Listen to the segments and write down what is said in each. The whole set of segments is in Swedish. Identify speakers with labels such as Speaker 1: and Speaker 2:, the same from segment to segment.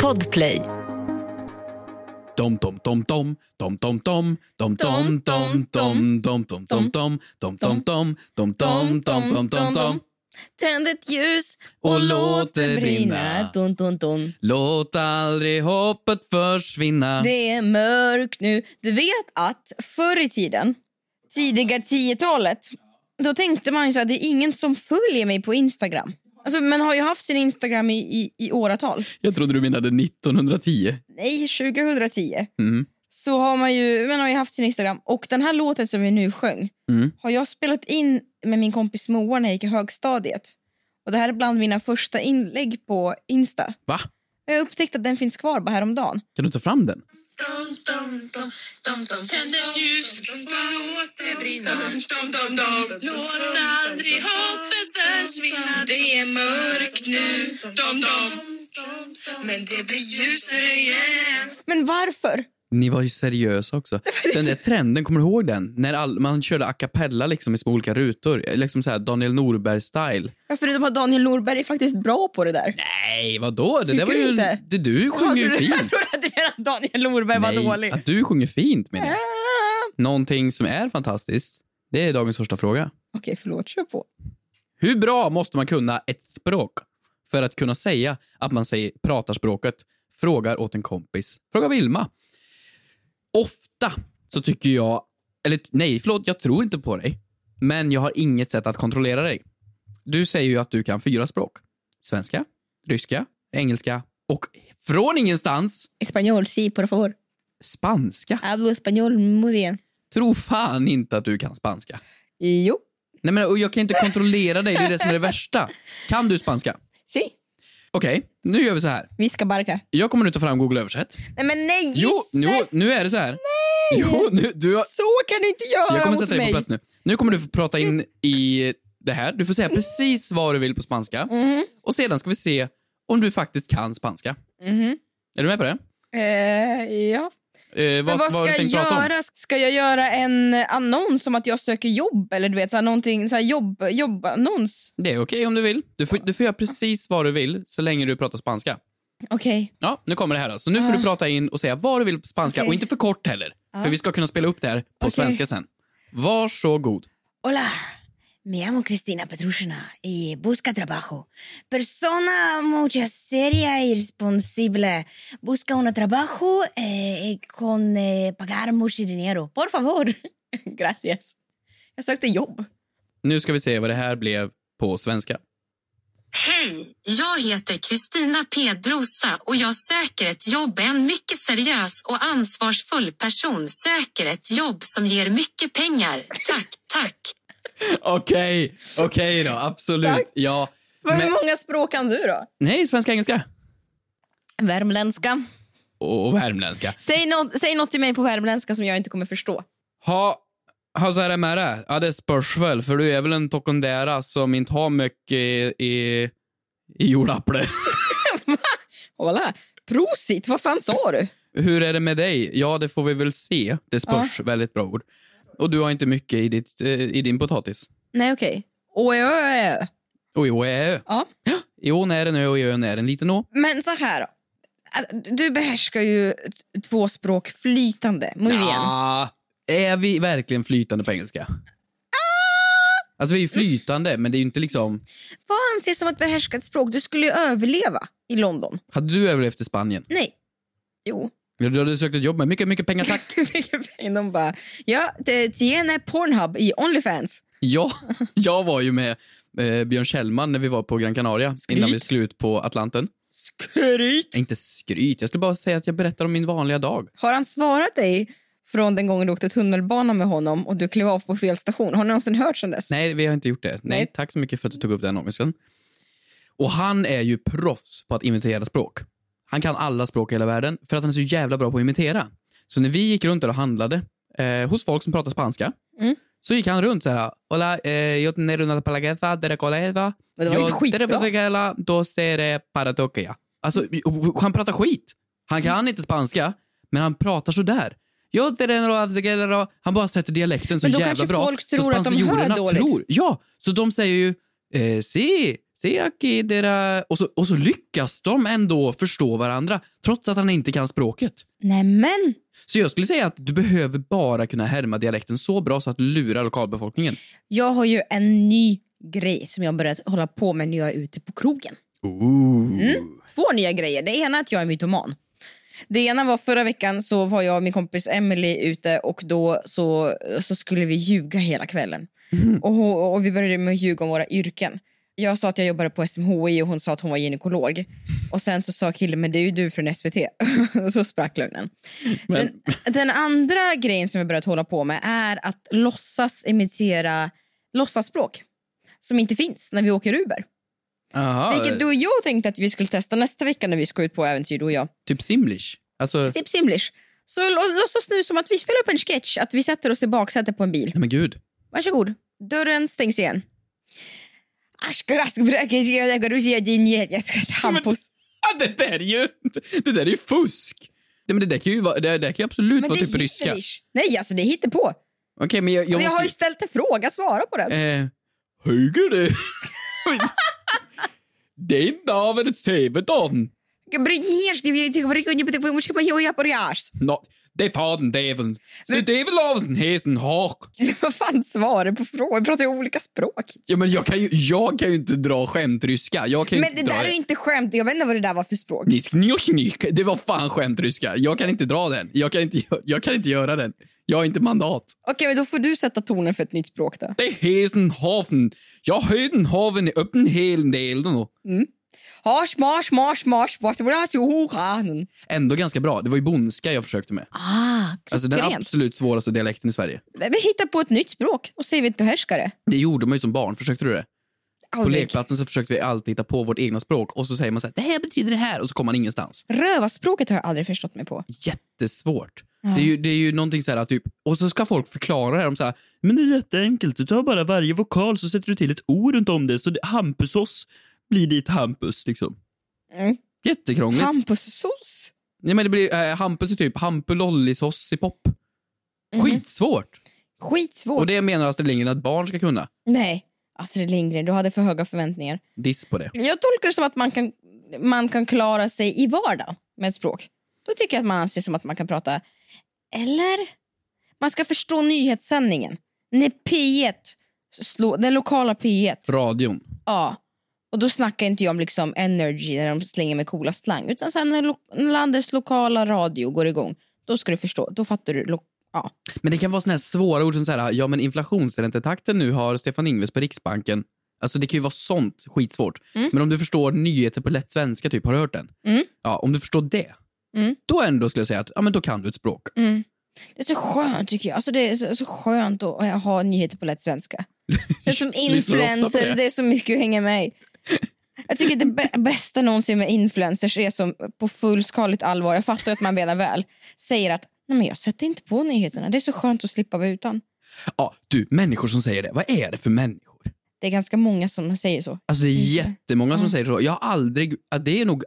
Speaker 1: Podplay.
Speaker 2: Dom dom dom dom dom dom dom dom dom dom dom dom dom dom dom dom dom dom dom dom dom dom dom dom
Speaker 3: Tänd ett ljus
Speaker 2: och låt det brinna.
Speaker 3: Dun, dun, dun.
Speaker 2: Låt aldrig hoppet försvinna.
Speaker 3: Det är mörkt nu. Du vet att förr i tiden, tidiga 10-talet, då tänkte man ju så här, det är ingen som följer mig på Instagram. Alltså, man har ju haft sin Instagram i, i, i åratal.
Speaker 2: Jag trodde du menade 1910.
Speaker 3: Nej, 2010.
Speaker 2: Mm.
Speaker 3: Så har man ju, man har ju haft sin Instagram. Och den här låten som vi nu sjöng
Speaker 2: Mm.
Speaker 3: har jag spelat in med min kompis Moa när jag gick i högstadiet. Och det här är bland mina första inlägg på Insta.
Speaker 2: Va?
Speaker 3: Jag upptäckte att den finns kvar bara häromdagen.
Speaker 2: Kan du ta fram den?
Speaker 4: Tänd ett ljus och låt det brinna. Låt aldrig hoppet försvinna. Det är mörkt nu, dom, dom. men det blir ljusare igen.
Speaker 3: Men varför?
Speaker 2: Ni var ju seriösa också. Den där trenden, kommer du ihåg den? När all, man körde a cappella liksom i små olika rutor. Liksom så här Daniel Norberg-style.
Speaker 3: Ja, förutom att Daniel Norberg är faktiskt bra på det där.
Speaker 2: Nej, vadå? Det
Speaker 3: Tycker
Speaker 2: där var
Speaker 3: du
Speaker 2: ju...
Speaker 3: inte?
Speaker 2: Det, du
Speaker 3: Jag
Speaker 2: sjunger ju
Speaker 3: trodde-
Speaker 2: fint.
Speaker 3: Jag trodde att du menade att Daniel Norberg var
Speaker 2: Nej,
Speaker 3: dålig.
Speaker 2: att du sjunger fint med
Speaker 3: Ah.
Speaker 2: det. Någonting som är fantastiskt, det är dagens första fråga.
Speaker 3: Okej, förlåt. Kör på.
Speaker 2: Hur bra måste man kunna ett språk för att kunna säga att man säger, pratar språket? Frågar åt en kompis. Fråga Vilma. Ofta så tycker jag... Eller nej, förlåt, jag tror inte på dig. Men jag har inget sätt att kontrollera dig. Du säger ju att du kan fyra språk. Svenska, ryska, engelska och från ingenstans
Speaker 3: Espanol, si, por favor.
Speaker 2: spanska.
Speaker 3: Hablo español muy bien.
Speaker 2: Tro fan inte att du kan spanska.
Speaker 3: Jo.
Speaker 2: Nej, men, och jag kan inte kontrollera dig, det är det som är det värsta. Kan du spanska?
Speaker 3: Si.
Speaker 2: Okej, nu gör vi så här.
Speaker 3: Visca barca.
Speaker 2: Jag kommer nu ta fram Google översätt.
Speaker 3: Nej, men nej!
Speaker 2: Jo,
Speaker 3: Jesus!
Speaker 2: nu, nu är det så här. Nej! Jo, nu, du har,
Speaker 3: Så kan du inte göra
Speaker 2: jag kommer
Speaker 3: mot
Speaker 2: sätta dig
Speaker 3: mig.
Speaker 2: på plats nu. Nu kommer du få prata in i det här. Du får säga precis vad du vill på spanska.
Speaker 3: Mm-hmm.
Speaker 2: Och sedan ska vi se om du faktiskt kan spanska.
Speaker 3: Mhm.
Speaker 2: Är du med på det?
Speaker 3: Eh, ja.
Speaker 2: Eh,
Speaker 3: Men vad,
Speaker 2: vad har
Speaker 3: ska
Speaker 2: du
Speaker 3: jag
Speaker 2: tänkt prata om?
Speaker 3: göra? Ska jag göra en annons om att jag söker jobb? Eller du vet, så här, någonting, så här jobb, jobbannons?
Speaker 2: Det är okej om du vill. Du får, du får göra precis vad du vill så länge du pratar spanska.
Speaker 3: Okej.
Speaker 2: Ja, nu kommer det här. då. Så nu får du prata in och säga vad du vill på spanska
Speaker 3: Okej.
Speaker 2: och inte för kort heller. För vi ska kunna spela upp det här på
Speaker 3: Okej.
Speaker 2: svenska sen. Varsågod.
Speaker 4: Hola, me llamo Cristina Petrushina y busca trabajo. Persona mucha seria y responsable. Busca un trabajo eh, con eh, pagar mucho dinero. Por favor. Gracias.
Speaker 3: Jag sökte jobb.
Speaker 2: Nu ska vi se vad det här blev på svenska.
Speaker 5: Hej, jag heter Kristina Pedrosa och jag söker ett jobb. En mycket seriös och ansvarsfull person söker ett jobb som ger mycket pengar. Tack, tack.
Speaker 2: Okej, okej då. Absolut.
Speaker 3: Tack.
Speaker 2: Ja.
Speaker 3: Vad- Hur
Speaker 2: Men-
Speaker 3: många språk kan du då?
Speaker 2: Nej, svenska, engelska.
Speaker 3: Värmländska.
Speaker 2: Och värmländska.
Speaker 3: Säg, nå- säg något till mig på värmländska som jag inte kommer förstå.
Speaker 2: Ha, ha så här med det. Ja, det spörs väl, för du är väl en tokondera som inte har mycket i, i, i jordapple.
Speaker 3: Hola. Prosit, vad fan sa du?
Speaker 2: Hur är det med dig? Ja, det får vi väl se. Det spörs. Väldigt bra ord. Och du har inte mycket i, ditt, eh, i din potatis.
Speaker 3: Nej, okej. Oj, oj, oj, oj.
Speaker 2: Och i ån är ö.
Speaker 3: Ja.
Speaker 2: I ån är en ö och i ön är en liten å.
Speaker 3: Men så här då. Du behärskar ju t- två språk flytande. Muy bien.
Speaker 2: Ja, är vi verkligen flytande på engelska? Alltså vi är ju flytande, men det är ju inte liksom...
Speaker 3: Vad anses som ett behärskat språk? Du skulle ju överleva i London.
Speaker 2: Hade du överlevt i Spanien?
Speaker 3: Nej. Jo.
Speaker 2: Ja, Du hade sökt ett jobb med mycket, mycket pengar, tack.
Speaker 3: De bara, ja, det- Tiene Pornhub i Onlyfans.
Speaker 2: ja, jag var ju med eh, Björn Kjellman när vi var på Gran Canaria innan vi skulle ut på Atlanten.
Speaker 3: Skryt!
Speaker 2: Inte skryt, jag skulle bara säga att jag berättar om min vanliga dag.
Speaker 3: Har han svarat dig från den gången du åkte tunnelbana med honom och du klev av på fel station? Har ni någonsin hört sen dess?
Speaker 2: Nej, vi har inte gjort det. Nej,
Speaker 3: Nej.
Speaker 2: tack så mycket för att du tog upp den ångesten. Och han är ju proffs på att imitera språk. Han kan alla språk i hela världen för att han är så jävla bra på att imitera. Så när vi gick runt där och handlade eh, hos folk som pratar spanska
Speaker 3: Mm.
Speaker 2: så gick han runt så här. Hola, eh, yo tener una palageta de recoleta.
Speaker 3: Men det var ju
Speaker 2: Yo
Speaker 3: skitbra.
Speaker 2: te regala dos de para toquea." Alltså, han pratar skit. Han kan inte spanska, men han pratar så där. Yo te regalo avzegela. Han bara sätter dialekten så
Speaker 3: Men då
Speaker 2: jävla
Speaker 3: kanske
Speaker 2: bra.
Speaker 3: folk
Speaker 2: så
Speaker 3: tror att de hör
Speaker 2: spanjorerna
Speaker 3: dåligt.
Speaker 2: tror. Ja, så de säger ju eh, si, Se aquí dera... Och så, och så lyckas de ändå förstå varandra trots att han inte kan språket.
Speaker 4: Nämen!
Speaker 2: Så jag skulle säga att du behöver bara kunna härma dialekten så bra så att du lurar lokalbefolkningen.
Speaker 4: Jag har ju en ny grej som jag har börjat hålla på med när jag är ute på krogen.
Speaker 2: Ooh.
Speaker 3: Mm.
Speaker 4: Två nya grejer. Det ena är att jag är mytoman.
Speaker 3: Det ena var förra veckan så var jag och min kompis Emily ute och då så, så skulle vi ljuga hela kvällen. Och, hon, och vi började med att ljuga om våra yrken. Jag sa att jag jobbade på SMHI och hon sa att hon var gynekolog. Och sen så sa killen, men det är ju du från SVT. så sprack lögnen.
Speaker 2: Men,
Speaker 3: Den, den andra grejen som jag börjat hålla på med är att låtsas imitera låtsasspråk som inte finns när vi åker Uber.
Speaker 2: aha,
Speaker 3: Vilket du och jag tänkte att vi skulle testa nästa vecka när vi ska ut på äventyr, du och jag.
Speaker 2: typ simlish. Alltså, nej
Speaker 3: Tips English. Så lå- låtsas nu som att vi spelar upp en sketch, att vi sätter oss i baksätet på en bil.
Speaker 2: men gud.
Speaker 3: Varsågod. Dörren stängs igen. Askaraskbräket, jag går och ser din get, jag ska ta Hampus.
Speaker 2: Ah, det där är ju... Det där är ju fusk! Ja, men det där kan ju, vara, det där kan ju absolut vara
Speaker 3: det
Speaker 2: typ
Speaker 3: är
Speaker 2: ryska. Okej,
Speaker 3: gibberish. Nej, alltså det hittar på.
Speaker 2: men jag, jag
Speaker 3: Jag, jag har
Speaker 2: måste
Speaker 3: ju ställt en fråga, svara på den.
Speaker 2: Eh, Hygger du? Din dag är ett sevedan.
Speaker 3: Bryniers, det vill jag inte, det vill jag inte, det
Speaker 2: Nå, det tar den däveln. Så det är väl av den hästen hak.
Speaker 3: Vad fan svarar på frågan? Vi pratar ju olika språk.
Speaker 2: Ja, men jag kan ju, jag kan ju inte dra skämtryska. Jag kan ju
Speaker 3: Men det
Speaker 2: inte dra
Speaker 3: där är ju inte skämt, jag vet inte vad det där var för språk.
Speaker 2: Nisk, njosk, njosk. Det var fan skämtryska. Jag kan inte dra den. Jag kan inte, jag kan inte göra den. Jag har inte mandat.
Speaker 3: Okej, men då får du sätta tonen för ett nytt språk då.
Speaker 2: Det är hästen haven. Jag höjden haven i öppen helen delen.
Speaker 3: Hars, mars, mars, mars, vad ska vi ha? Tjohanen.
Speaker 2: Ändå ganska bra. Det var ju bonska jag försökte med.
Speaker 3: Ah,
Speaker 2: Alltså den
Speaker 3: klockrent.
Speaker 2: absolut svåraste dialekten i Sverige.
Speaker 3: Men Vi hittar på ett nytt språk och säger vi ett behärskare.
Speaker 2: Det gjorde man ju som barn. Försökte du det? På
Speaker 3: Aldrig.
Speaker 2: lekplatsen så försökte vi alltid hitta på vårt egna språk och så säger man så här, det här betyder det här och så kommer man ingenstans.
Speaker 3: Rövarspråket har jag aldrig förstått mig på.
Speaker 2: Jättesvårt. Det, är ju, det är ju någonting så här typ, och så ska folk förklara det. De så här, men det är jätteenkelt, du tar bara varje vokal så sätter du till ett o runt om det så det, Hampusås blir ditt Hampus liksom.
Speaker 3: Mm.
Speaker 2: Jättekrångligt.
Speaker 3: Hampus-sås?
Speaker 2: Nej men det blir, eh, Hampus är typ Hampulollisås i pop.
Speaker 3: Mhm.
Speaker 2: Skitsvårt!
Speaker 3: Skitsvårt.
Speaker 2: Och det menar Astrid Lindgren att barn ska kunna.
Speaker 3: Nej, Astrid Lindgren, du hade för höga förväntningar.
Speaker 2: Diss på det.
Speaker 3: Jag tolkar det som att man kan, man kan klara sig i vardagen med ett språk. Då tycker jag att man anser som att man kan prata. Eller? Man ska förstå nyhetssändningen. När P1, slår, den lokala P1
Speaker 2: Radion.
Speaker 3: Ja. Och då snackar inte jag om liksom energy när de slänger med coola slang. Utan sen när lo- landets lokala radio går igång, då ska du förstå. Då fattar du. Lo- ja.
Speaker 2: Men det kan vara såna här svåra ord som så här, ja men inflationsräntetakten nu har Stefan Ingves på Riksbanken. Alltså det kan ju vara sånt skitsvårt. Men om du förstår nyheter på lätt svenska, typ, har du hört den?
Speaker 3: Mm.
Speaker 2: Ja, om du förstår det,
Speaker 3: Mm.
Speaker 2: då ändå skulle jag säga att ja, men då kan du ett språk.
Speaker 3: Det är så skönt tycker jag. Alltså, det är så, så skönt att att ha nyheter på lätt svenska. Det är som
Speaker 2: Lyssnar du ofta på
Speaker 3: influencer,
Speaker 2: det?
Speaker 3: det? är så mycket att hänga med i. Jag tycker att det bä- bästa någonsin med influencers är som på fullskaligt allvar, jag fattar att man menar väl, säger att Nej, men jag sätter inte på nyheterna, det är så skönt att slippa vara utan.
Speaker 2: Ja, du, människor som säger det, vad är det för människor?
Speaker 3: Det är ganska många som säger så.
Speaker 2: Alltså det är jättemånga som säger så. Jag har aldrig, ja, det är nog,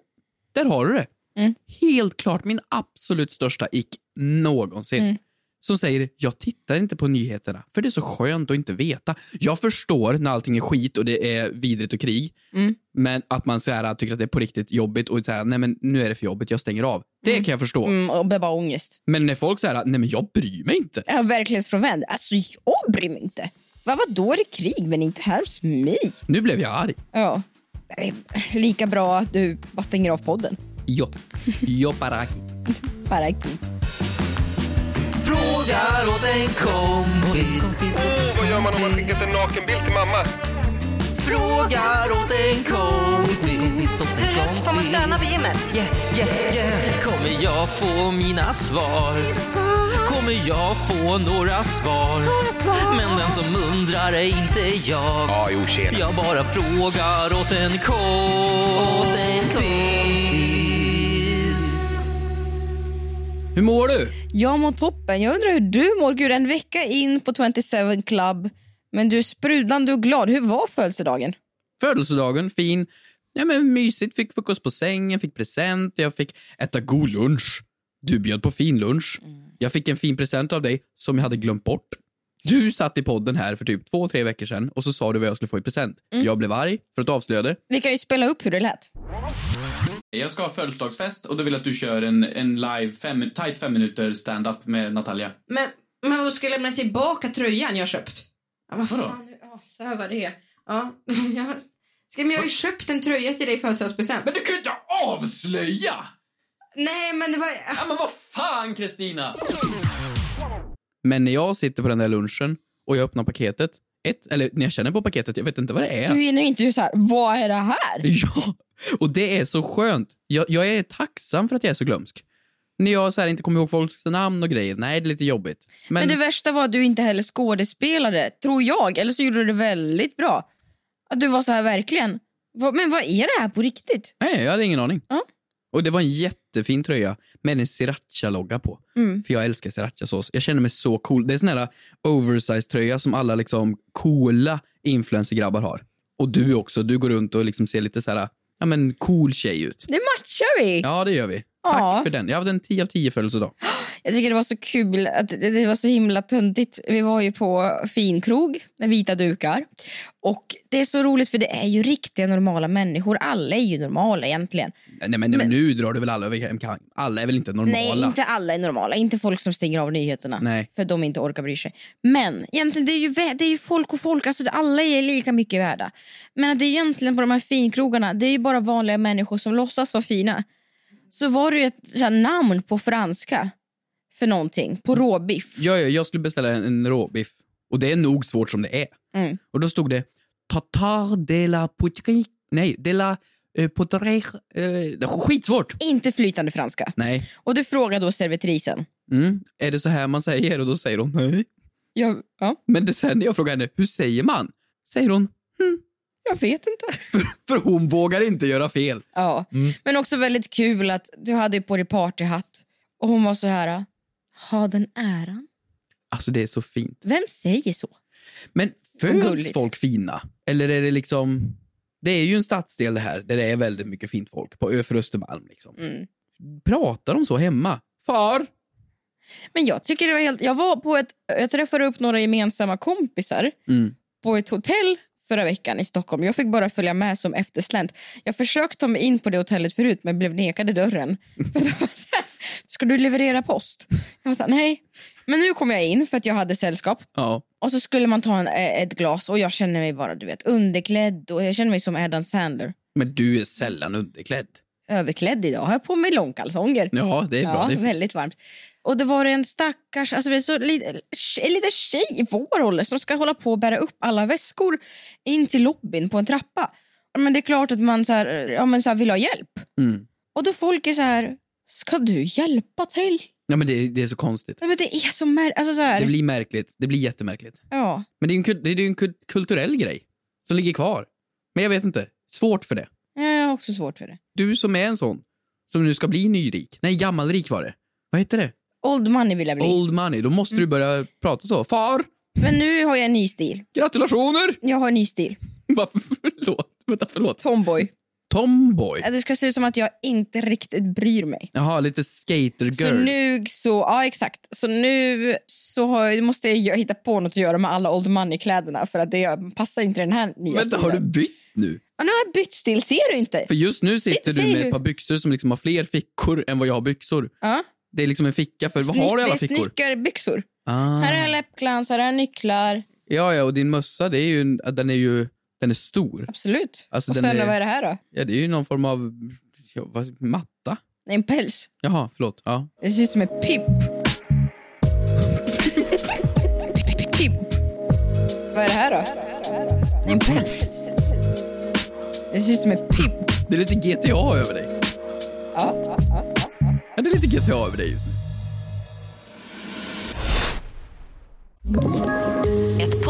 Speaker 2: där har du det.
Speaker 3: Mm.
Speaker 2: Helt klart min absolut största ick någonsin.
Speaker 3: Mm.
Speaker 2: Som säger, jag tittar inte på nyheterna för det är så skönt att inte veta. Jag förstår när allting är skit och det är vidrigt och krig.
Speaker 3: Mm.
Speaker 2: Men att man så här, tycker att det är på riktigt jobbigt och så här, nej men nu är det för jobbigt, jag stänger av. Det kan jag förstå.
Speaker 3: Mm, och det är bara ångest.
Speaker 2: Men när folk säger, nej men jag bryr mig inte.
Speaker 3: Är han verklighetsfrånvänd? Alltså jag bryr mig inte. Va, vadå är det krig men inte här hos mig?
Speaker 2: Nu blev jag arg.
Speaker 3: Ja. Nej, Lika bra att du bara stänger av podden.
Speaker 2: Jopp. Jopparaki.
Speaker 3: Paraki.
Speaker 1: Frågar åt en kompis.
Speaker 6: Vad gör man om man skickat en nakenbild till mamma?
Speaker 1: Frågar åt en kompis. Hur får man stöna på gymmet? Yeah, yeah, yeah. Kommer jag få mina svar? Kommer jag få några svar? Men den som undrar är inte jag.
Speaker 6: Ja, jo, tjena.
Speaker 1: Jag bara frågar åt en kompis.
Speaker 2: Hur mår du?
Speaker 3: Jag mår toppen. Jag undrar hur du mår. Gud, en vecka in på 27 Club. Men du är sprudlande och glad. Hur var födelsedagen?
Speaker 2: födelsedagen, fin. Ja, men mysigt, fick frukost på sängen, fick present, jag fick äta god Mm. lunch. Du bjöd på fin lunch. Jag fick en fin present av dig som jag hade glömt bort. Du satt i podden här för typ två, tre veckor sedan och så sa du vad jag skulle få i present. Jag blev arg för att avslöja det.
Speaker 3: Vi kan ju spela upp hur det lät.
Speaker 2: Jag ska ha födelsedagsfest och du vill att du kör en, en live, fem, tight fem minuter stand-up med Natalia.
Speaker 7: Men, men då ska jag lämna tillbaka tröjan jag köpt. Ja, vad
Speaker 2: Vadå?
Speaker 7: fan, ja, så här var det. Ja, jag, ska, men jag har ju köpt en tröja till dig i födelsedagspresent.
Speaker 2: Men du kan ju inte avslöja!
Speaker 7: Nej, men det var...
Speaker 2: Ja, men vad fan, Kristina! Men när jag sitter på den där lunchen och jag öppnar paketet, ett, eller när jag känner på paketet, jag vet inte vad det är.
Speaker 3: Du hinner inte så här, vad är det här?
Speaker 2: Ja, och det är så skönt. Jag, jag är tacksam för att jag är så glömsk. När jag så här inte kommer ihåg folks namn och grejer. Nej, det är lite jobbigt.
Speaker 3: Men
Speaker 2: Men,
Speaker 3: det värsta var att du inte heller skådespelade, tror jag. Eller så gjorde du det väldigt bra. Att du var så här verkligen. Va- Men vad är det här på riktigt?
Speaker 2: nej, jag hade ingen aning.
Speaker 3: Ja.
Speaker 2: Och det var en jättefin tröja med en sriracha-logga på.
Speaker 3: Mm.
Speaker 2: För jag älskar srirachasås. Jag känner mig så cool. Det är sån här oversize-tröja som alla liksom coola influencer-grabbar har. Och du också. Du går runt och liksom ser lite så här, ja men cool tjej ut.
Speaker 3: Nu matchar vi!
Speaker 2: Ja, det gör vi. Tack
Speaker 3: Ja.
Speaker 2: för den. Jag hade en 10 av 10 födelsedag.
Speaker 3: Jag tycker det var så kul att det, det var så himla töntigt. Vi var ju på finkrog med vita dukar. Och det är så roligt för det är ju riktiga normala människor. Alla är ju normala egentligen.
Speaker 2: Nej, men, men nu drar du väl alla över en kam? Alla är väl inte normala?
Speaker 3: Nej, inte alla är normala. Inte folk som stänger av nyheterna.
Speaker 2: Nej.
Speaker 3: För de inte orkar bry sig. Men egentligen, det är ju, vä- det är ju folk och folk. Alltså, alla är lika mycket värda. Men att det är egentligen på de här finkrogarna, det är ju bara vanliga människor som låtsas vara fina. Så var det ju ett så här, namn på franska för någonting, på råbiff.
Speaker 2: Ja, ja, jag skulle beställa en, en råbiff. Och det är nog svårt som det är.
Speaker 3: Mm.
Speaker 2: Och då stod det Tatar de la poterie... Nej, de la eh, poterie... Eh, skitsvårt!
Speaker 3: Inte flytande franska.
Speaker 2: Nej.
Speaker 3: Och du frågar då servitrisen.
Speaker 2: Mm. Är det så här man säger? Och då säger hon nej.
Speaker 3: Jag, ja,
Speaker 2: Men det, sen när jag frågar henne, hur säger man? Säger hon,
Speaker 3: jag vet inte.
Speaker 2: för hon vågar inte göra fel.
Speaker 3: Ja. Men också väldigt kul att du hade ju på dig partyhatt och hon var så här, ha den äran.
Speaker 2: Alltså det är så fint.
Speaker 3: Vem säger så?
Speaker 2: Men föds
Speaker 3: Gulligt.
Speaker 2: folk fina? Eller är det liksom... Det är ju en stadsdel det här, där det är väldigt mycket fint folk. På Ö för Östermalm liksom.
Speaker 3: Mm.
Speaker 2: Pratar de så hemma? Far!
Speaker 3: Men jag tycker det var helt... Jag var på ett... Jag träffade upp några gemensamma kompisar
Speaker 2: Mm.
Speaker 3: på ett hotell förra veckan i Stockholm. Jag fick bara följa med som efterslent. Jag försökte ta mig in på det hotellet förut men blev nekad i dörren. För de var så här, Ska du leverera post? Jag sa nej. Men nu kom jag in för att jag hade sällskap.
Speaker 2: Ja.
Speaker 3: Och så skulle man ta en, eh, ett glas och jag känner mig bara du vet underklädd och jag känner mig som Adam Sandler.
Speaker 2: Men du är sällan underklädd.
Speaker 3: Överklädd idag, har jag på mig långkalsonger.
Speaker 2: Ja, det är bra.
Speaker 3: Ja,
Speaker 2: Det är fint.
Speaker 3: väldigt varmt. Och det var en stackars, alltså det är så li, en liten tjej i vår ålder som ska hålla på och bära upp alla väskor in till lobbyn på en trappa. Men det är klart att man så här, ja, men så här vill ha hjälp.
Speaker 2: Mm.
Speaker 3: Och då folk är så här, ska du hjälpa till?
Speaker 2: Ja, men det, det är så konstigt.
Speaker 3: Ja, Men det är så mär- alltså så här,
Speaker 2: Det blir märkligt. Det blir jättemärkligt.
Speaker 3: ja.
Speaker 2: Men det är ju en, kul- det är ju en kul- kulturell grej som ligger kvar. Men jag vet inte. Svårt för det.
Speaker 3: Jag har också svårt för det.
Speaker 2: Du som är en sån, som nu ska bli nyrik. Nej, gammalrik var det. Vad heter det?
Speaker 3: Old money vill jag bli.
Speaker 2: Old money. Då måste
Speaker 3: Mm.
Speaker 2: du börja prata så. Far!
Speaker 3: Men nu har jag en ny stil.
Speaker 2: Gratulationer!
Speaker 3: Jag har en ny stil.
Speaker 2: Varför? Förlåt. Vänta, förlåt.
Speaker 3: Tomboy.
Speaker 2: Tomboy.
Speaker 3: Det ska se ut som att jag inte riktigt bryr mig.
Speaker 2: Jaha, lite skatergirl.
Speaker 3: Så nu så, ja exakt. Så nu så har, jag- måste jag gö- hitta på något att göra med alla Old Money-kläderna för att det passar inte den här nya
Speaker 2: Vänta,
Speaker 3: stilen.
Speaker 2: har du bytt nu?
Speaker 3: Ja, nu har jag bytt stil, ser du inte?
Speaker 2: För just nu sitter
Speaker 3: Sitt,
Speaker 2: du
Speaker 3: säg
Speaker 2: med
Speaker 3: hur-
Speaker 2: ett par byxor som liksom har fler fickor än vad jag har byxor.
Speaker 3: Ja.
Speaker 2: Det är liksom en ficka för vad har du i alla
Speaker 3: Snick- det är
Speaker 2: fickor?
Speaker 3: Snickarbyxor. Här har
Speaker 2: Ah.
Speaker 3: jag läppglansar, här har jag nycklar.
Speaker 2: Ja, ja, och din mössa, det är ju, en- den är ju den är stor.
Speaker 3: Absolut.
Speaker 2: Alltså,
Speaker 3: Och
Speaker 2: den
Speaker 3: sen,
Speaker 2: är-
Speaker 3: vad är det här då?
Speaker 2: Ja, det är ju någon form av ja, vad, matta.
Speaker 3: Det är en päls.
Speaker 2: Jaha, förlåt. Ja.
Speaker 3: Det ser ut som en pipp. Pipp, pipp. Vad är det här då? Det är en päls. Det ser ut som en pipp.
Speaker 2: Det är lite GTA över dig.
Speaker 3: Ja.
Speaker 2: Ja, det är lite GTA över dig just nu.
Speaker 8: Ett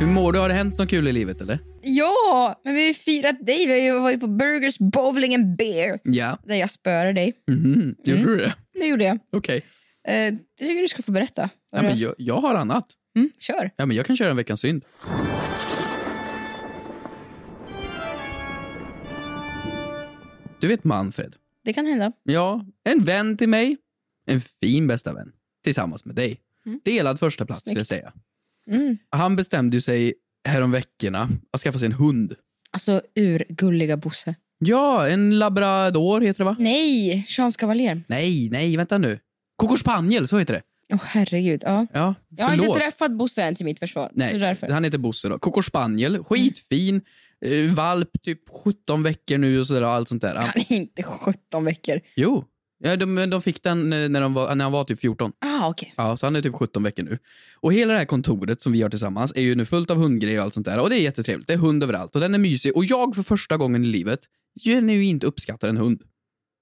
Speaker 2: Hur mår du? Har det hänt något kul i livet eller?
Speaker 3: Ja, men vi har ju firat dig. Vi har ju varit på Burgers Bowling and Beer.
Speaker 2: Ja.
Speaker 3: Där jag spöade dig.
Speaker 2: Mhm. Gjorde du det?
Speaker 3: Det gjorde jag.
Speaker 2: Okej.
Speaker 3: Eh, det tycker du ska få berätta.
Speaker 2: Ja, men jag, jag har annat.
Speaker 3: Mm, kör.
Speaker 2: Ja, men jag kan köra en veckans synd. Du vet Manfred?
Speaker 3: Det kan hända.
Speaker 2: Ja, en vän till mig. En fin bästa vän. Tillsammans med dig. Delad första plats skulle jag
Speaker 3: Mm. Snyggt.
Speaker 2: säga.
Speaker 3: Mm.
Speaker 2: Han bestämde ju sig härom veckorna att skaffa sig en hund.
Speaker 3: Alltså urgulliga Bosse.
Speaker 2: Ja, en labrador heter det va?
Speaker 3: Nej, Chans Cavalier.
Speaker 2: Nej, nej, vänta nu. Cocker spaniel, så heter det.
Speaker 3: Åh herregud. Ja.
Speaker 2: Ja,
Speaker 3: Jag har inte
Speaker 2: förlåt.
Speaker 3: träffat Bosse än till mitt försvar. Så
Speaker 2: Nej,
Speaker 3: därför. Mm.
Speaker 2: han heter Bosse då. Cocker spaniel, skitfin. eh, valp typ 17 veckor nu och sådär och allt sånt där. Han-
Speaker 3: Han är inte 17 veckor.
Speaker 2: Jo. Ja, de, de fick den eh, när, de var, när han var typ 14.
Speaker 3: Ah, okej.
Speaker 2: Ja, så han är typ 17 veckor nu. Och hela det här kontoret som vi har tillsammans är ju nu fullt av hundgrejer och allt sånt där. Och det är jättetrevligt. Det är hund överallt och den är mysig. Och jag för första gången i livet genuint uppskattar en hund.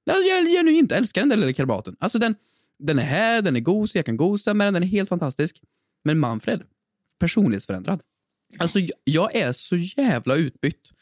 Speaker 2: Jag, jag genuint älskar den där lilla krabaten. Alltså den, den är här, den är gos, jag kan gosa med den, den är helt fantastisk. Men Manfred, personlighetsförändrad. Alltså jag, jag är så jävla utbytt.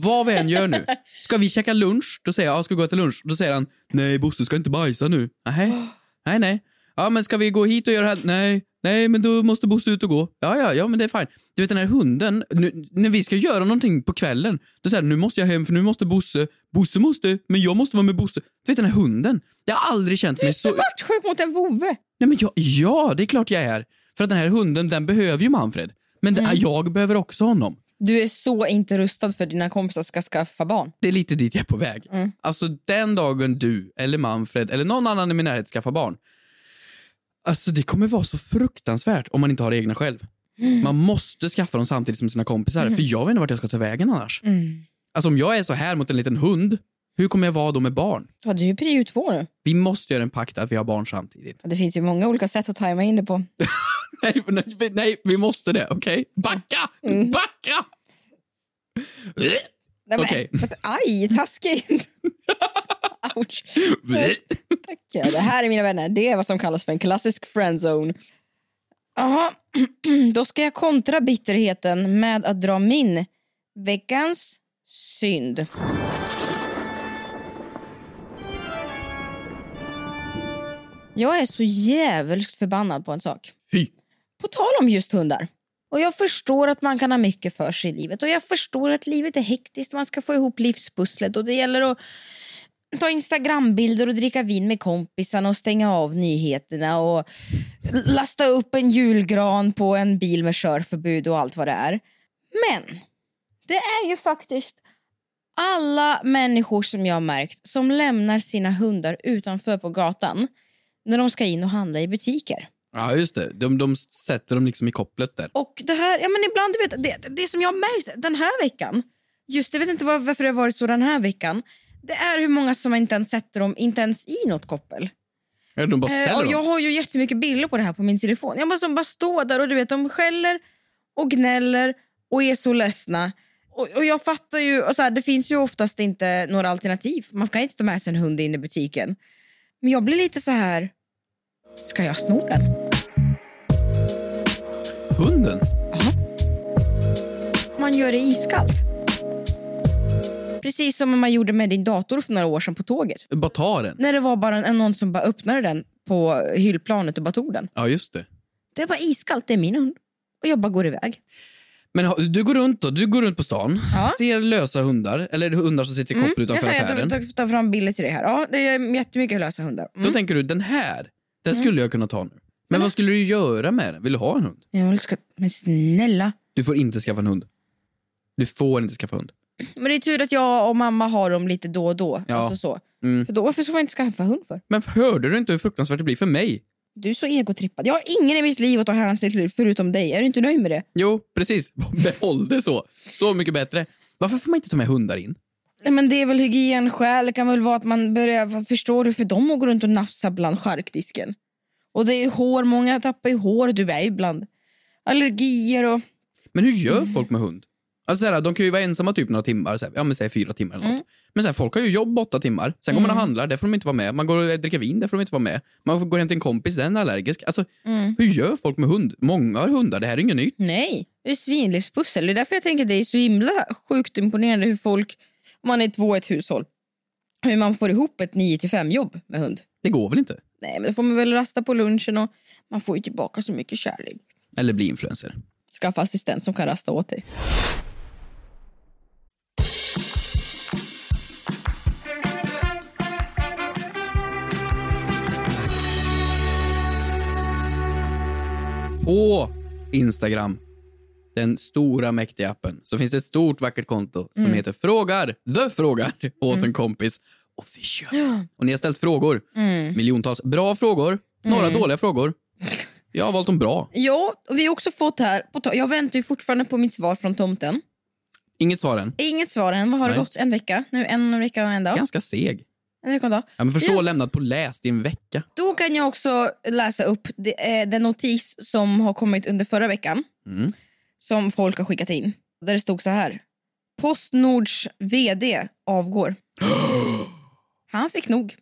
Speaker 2: Vad vi än gör nu. Ska vi käka lunch? Då säger jag, ja, ska vi gå till lunch? Då säger han, nej Bosse ska inte bajsa nu. Nej, nej, nej. Ja, men ska vi gå hit och göra det här? Nej, nej, men då måste Bosse ut och gå. Ja, ja, ja, men det är fine. Du vet den här hunden, nu, när vi ska göra någonting på kvällen, då säger han, nu måste jag hem för nu måste Bosse, Bosse måste, men jag måste vara med Bosse. Du vet den här hunden, jag har aldrig känt mig så...
Speaker 3: Svartsjuk mot en vovve.
Speaker 2: Nej, men jag, ja, det är klart jag är. För att den här hunden, den behöver ju Manfred. Men det- jag behöver också honom.
Speaker 3: Du är så inte rustad för dina kompisar ska skaffa barn.
Speaker 2: Det är lite dit jag är på väg. Alltså den dagen du, eller Manfred, eller någon annan i min närhet skaffar barn. Alltså det kommer vara så fruktansvärt om man inte har egna själv. Man måste skaffa dem samtidigt som sina kompisar, för jag vet inte vart jag ska ta vägen annars. Alltså om jag är så här mot en liten hund, hur kommer jag vara då med barn?
Speaker 3: Ja, du är ju prio två nu.
Speaker 2: Vi måste göra en pakt att vi har barn samtidigt.
Speaker 3: Ja, Det finns ju många olika sätt att tajma in det på.
Speaker 2: Nej, men- nej, nej vi måste det, okej? Mm. Backa! Backa! Mm.
Speaker 3: Nej, men-
Speaker 2: Okej.
Speaker 3: men- Aj, taskigt! Ouch. Tack. ja. Det här är mina vänner. Det är vad som kallas för en klassisk friendzone. Jaha, då ska jag kontra bitterheten med att dra min veckans synd. Jag är så jävligt förbannad på en sak.
Speaker 2: Fy!
Speaker 3: På tal om just hundar. Och Jag förstår att man kan ha mycket för sig i livet och jag förstår att livet är hektiskt och man ska få ihop livspusslet och det gäller att ta Instagrambilder och dricka vin med kompisarna och stänga av nyheterna och lasta upp en julgran på en bil med körförbud och allt vad det är. Men det är ju faktiskt alla människor som jag har märkt som lämnar sina hundar utanför på gatan när de ska in och handla i butiker.
Speaker 2: Ja, just det. De, de sätter dem liksom i kopplet där.
Speaker 3: Och det här, ja men ibland, du vet, det, det som jag har märkt den här veckan, just jag vet inte var, varför det har varit så den här veckan, det är hur många som inte ens sätter dem, inte ens i något koppel.
Speaker 2: Ja, De bara ställer
Speaker 3: Eh, och
Speaker 2: dem.
Speaker 3: jag har ju jättemycket bilder på det här på min telefon. Jag bara, som bara står där och du vet, de skäller och gnäller och är så ledsna. Och, och jag fattar ju, och så här, det finns ju oftast inte några alternativ. Man kan inte ta med sig en hund in i butiken. Men jag blir lite så här, ska jag sno den?
Speaker 2: Hunden?
Speaker 3: Man gör det iskallt. Precis som man gjorde med din dator för några år sedan på tåget.
Speaker 2: Bara ta den?
Speaker 3: När det var bara en, någon som bara öppnade den på hyllplanet och bara tog den.
Speaker 2: Ja, just det.
Speaker 3: Det var iskallt, det är min hund. Och jag bara går iväg.
Speaker 2: Men ha- du går runt då, du går runt på stan,
Speaker 3: Ja. Mm.
Speaker 2: ser lösa hundar, eller hundar som sitter i koppel utanför
Speaker 3: jag kan
Speaker 2: affären.
Speaker 3: jag ta, ta fram bilder till dig här. Ja, det är jättemycket lösa hundar.
Speaker 2: Då
Speaker 3: Mm.
Speaker 2: tänker du, den här, den skulle jag kunna ta nu. Men, vad skulle du göra med den? Vill du ha en hund?
Speaker 3: Jag vill ska, men snälla.
Speaker 2: Du får inte skaffa en hund. Du får inte skaffa hund.
Speaker 3: Men det är tur att jag och mamma har dem lite då och då.
Speaker 2: Ja.
Speaker 3: Alltså så.
Speaker 2: Mm.
Speaker 3: För då, varför ska man inte skaffa hund för?
Speaker 2: Men hörde du inte hur fruktansvärt det blir för mig?
Speaker 3: Du är så egotrippad. Jag har ingen i mitt liv att ta hänsyn till förutom dig. Är du inte nöjd med det?
Speaker 2: Jo, precis. Behåll det så. Så mycket bättre. Varför får man inte ta med hundar in?
Speaker 3: Nej, men det är väl hygienskäl. Det kan väl vara att man börjar förstå hur för de går runt och nafsar bland charkdisken. Och det är hår, många tappar ju hår. Du är ju bland allergier och...
Speaker 2: Men hur gör folk med hund? Alltså såhär, de kan ju vara ensamma typ några timmar, såhär, ja men säg fyra timmar eller något. Men såhär, folk har ju jobb åtta timmar, sen går man och handlar, där får de inte vara med. Man går och dricker vin, där får de inte vara med. Man får- går hem till en kompis, den är allergisk. Alltså, hur gör folk med hund? Många har hundar, det här är inget nytt.
Speaker 3: Nej. Det är svinlivspussel. Det är därför jag tänker att det är så himla sjukt imponerande hur folk, om man är två i ett hushåll, hur man får ihop ett 9 till 5 jobb med hund.
Speaker 2: Det går väl inte?
Speaker 3: Nej, men då får man väl rasta på lunchen och man får ju tillbaka så mycket kärlek.
Speaker 2: Eller bli influencer.
Speaker 3: Skaffa assistent som kan rasta åt dig.
Speaker 2: På Instagram, den stora mäktiga appen, så finns det ett stort vackert konto som
Speaker 1: Mm.
Speaker 2: heter Frågar, The Frågar, åt en kompis. Och ni har ställt frågor.
Speaker 3: Mm.
Speaker 2: Miljontals bra frågor, några
Speaker 3: Mm.
Speaker 2: dåliga frågor. Jag har valt de bra.
Speaker 3: Ja, och vi har också fått här, på to- jag väntar ju fortfarande på mitt svar från tomten.
Speaker 2: Inget svar än.
Speaker 3: Inget svar än, vad har
Speaker 2: Nej.
Speaker 3: det gått? En vecka? Nu en vecka och en dag?
Speaker 2: Ganska seg.
Speaker 3: En vecka och en dag.
Speaker 2: Ja, men förstå lämnat på läst i en vecka.
Speaker 3: Då kan jag också läsa upp det- eh, den notis som har kommit under förra veckan.
Speaker 2: Mm.
Speaker 3: Som folk har skickat in. Där det stod så här. Postnords vd avgår. Han fick nog.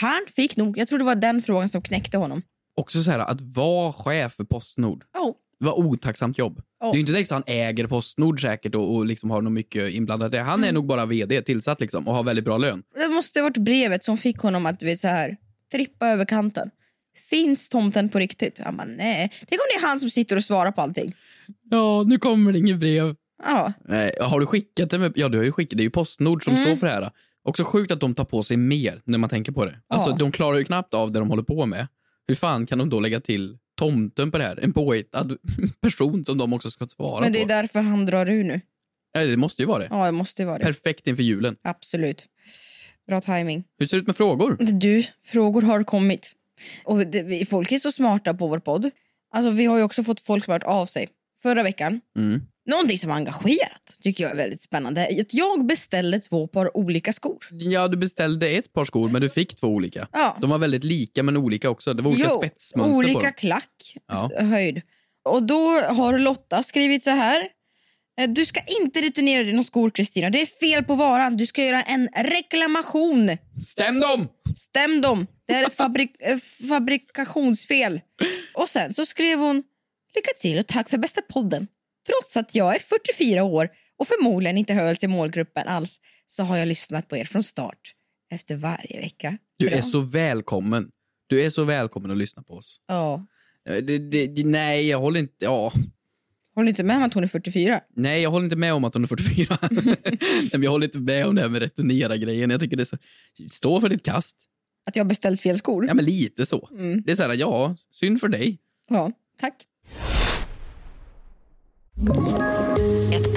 Speaker 3: Han fick nog. Jag tror det var den frågan som knäckte honom.
Speaker 2: Också så här att vara chef för Postnord.
Speaker 3: Oh.
Speaker 2: Vad otacksamt jobb. Det är ju inte direkt så han äger Postnord säkert och, och liksom har nog mycket inblandat. i det. Han är nog bara vd, tillsatt liksom och har väldigt bra lön.
Speaker 3: Det måste ha varit brevet som fick honom att du vet, så här, trippa över kanten. Finns tomten på riktigt? Han bara, nej. Tänk om det är han som sitter och svarar på allting.
Speaker 2: Ja, nu kommer det inget brev.
Speaker 3: Ja.
Speaker 2: Nej, har du skickat det? Med, ja, du har ju skickat. Det är ju Postnord som
Speaker 3: Mm.
Speaker 2: står för det här. Också sjukt att de tar på sig mer när man tänker på det. Alltså,
Speaker 3: Ja.
Speaker 2: de klarar ju knappt av det de håller på med. Hur fan kan de då lägga till tomten på det här? En påhittad person som de också ska svara
Speaker 3: Men det är
Speaker 2: på.
Speaker 3: därför han drar ur nu.
Speaker 2: Ja, det måste ju vara det.
Speaker 3: Ja, det måste ju vara det.
Speaker 2: Perfekt inför julen.
Speaker 3: Absolut. Bra timing.
Speaker 2: Hur ser det ut med frågor?
Speaker 3: Du, frågor har kommit. Och det, vi- folk är så smarta på vår podd. Alltså, vi har ju också fått folk som har hört av sig. Förra veckan,
Speaker 2: Mm.
Speaker 3: någonting som har engagerat tycker jag är väldigt spännande. är att Jag beställde två par olika skor.
Speaker 2: Ja, du beställde ett par skor, men du fick två olika.
Speaker 3: Ja.
Speaker 2: De var väldigt lika, men olika också. Det var olika
Speaker 3: Jo,
Speaker 2: spetsmönster på
Speaker 3: Olika
Speaker 2: dem.
Speaker 3: klack,
Speaker 2: Ja.
Speaker 3: höjd. Och då har Lotta skrivit så här. Eh, Du ska inte returnera dina skor Kristina. Det är fel på varan. Du ska göra en reklamation.
Speaker 2: Stäm dem!
Speaker 3: Stäm dem. Det är ett fabrik- eh, fabrikationsfel. Och sen så skrev hon Lycka till och tack för bästa podden. Trots att jag är 44 år och förmodligen inte hölls i målgruppen alls så har jag lyssnat på er från start efter varje vecka.
Speaker 2: Du är så välkommen. Du är så välkommen att lyssna på oss.
Speaker 3: Ja.
Speaker 2: Eh, Det, det, det, nej, jag håller inte... Ja.
Speaker 3: Håller inte med om att hon är 44?
Speaker 2: Nej, jag håller inte med om att hon är 44. nej, men jag håller inte med om det här med returnera-grejen. Jag tycker det är så... Stå för ditt kast.
Speaker 3: Att jag beställt fel skor?
Speaker 2: Ja, men lite så.
Speaker 3: Mm.
Speaker 2: Det är så här, ja, synd för dig.
Speaker 3: Ja, tack.
Speaker 8: Ett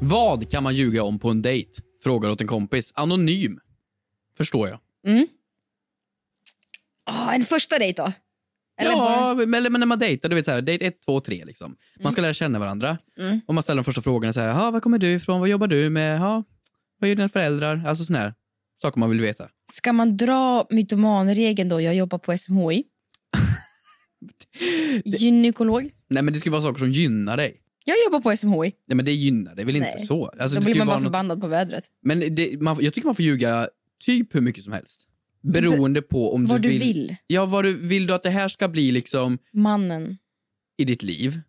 Speaker 2: Vad kan man ljuga om på en dejt? Frågar åt en kompis. Anonym. Förstår jag.
Speaker 3: Mm. Ah, en första dejt då? Eller
Speaker 2: ja,
Speaker 3: bara-
Speaker 2: men- eller men när man dejtar, du vet så här, dejt 1, 2, 3 liksom. Man ska lära känna varandra.
Speaker 3: Mm.
Speaker 2: Och man ställer de första frågorna så här, "Jaha, var kommer du ifrån, vad jobbar du med, Jaha, vad gör dina föräldrar? Alltså sådana här saker man vill veta.
Speaker 3: Ska man dra mytomanregeln då? Jag jobbar på SMHI. Gynekolog.
Speaker 2: Nej men det ska ju vara saker som gynnar dig.
Speaker 3: Jag jobbar på SMHI.
Speaker 2: Nej men det gynnar dig väl inte
Speaker 3: Nej.
Speaker 2: så? Alltså, det
Speaker 3: då
Speaker 2: ska ju
Speaker 3: blir man bara
Speaker 2: vara något-
Speaker 3: förbannad på vädret.
Speaker 2: Men det, man, jag tycker man får ljuga typ hur mycket som helst. Beroende på om
Speaker 3: Vad du
Speaker 2: du vill...
Speaker 3: vill.
Speaker 2: Ja, vad du, vill du att det här ska bli liksom
Speaker 3: Mannen.
Speaker 2: i ditt liv?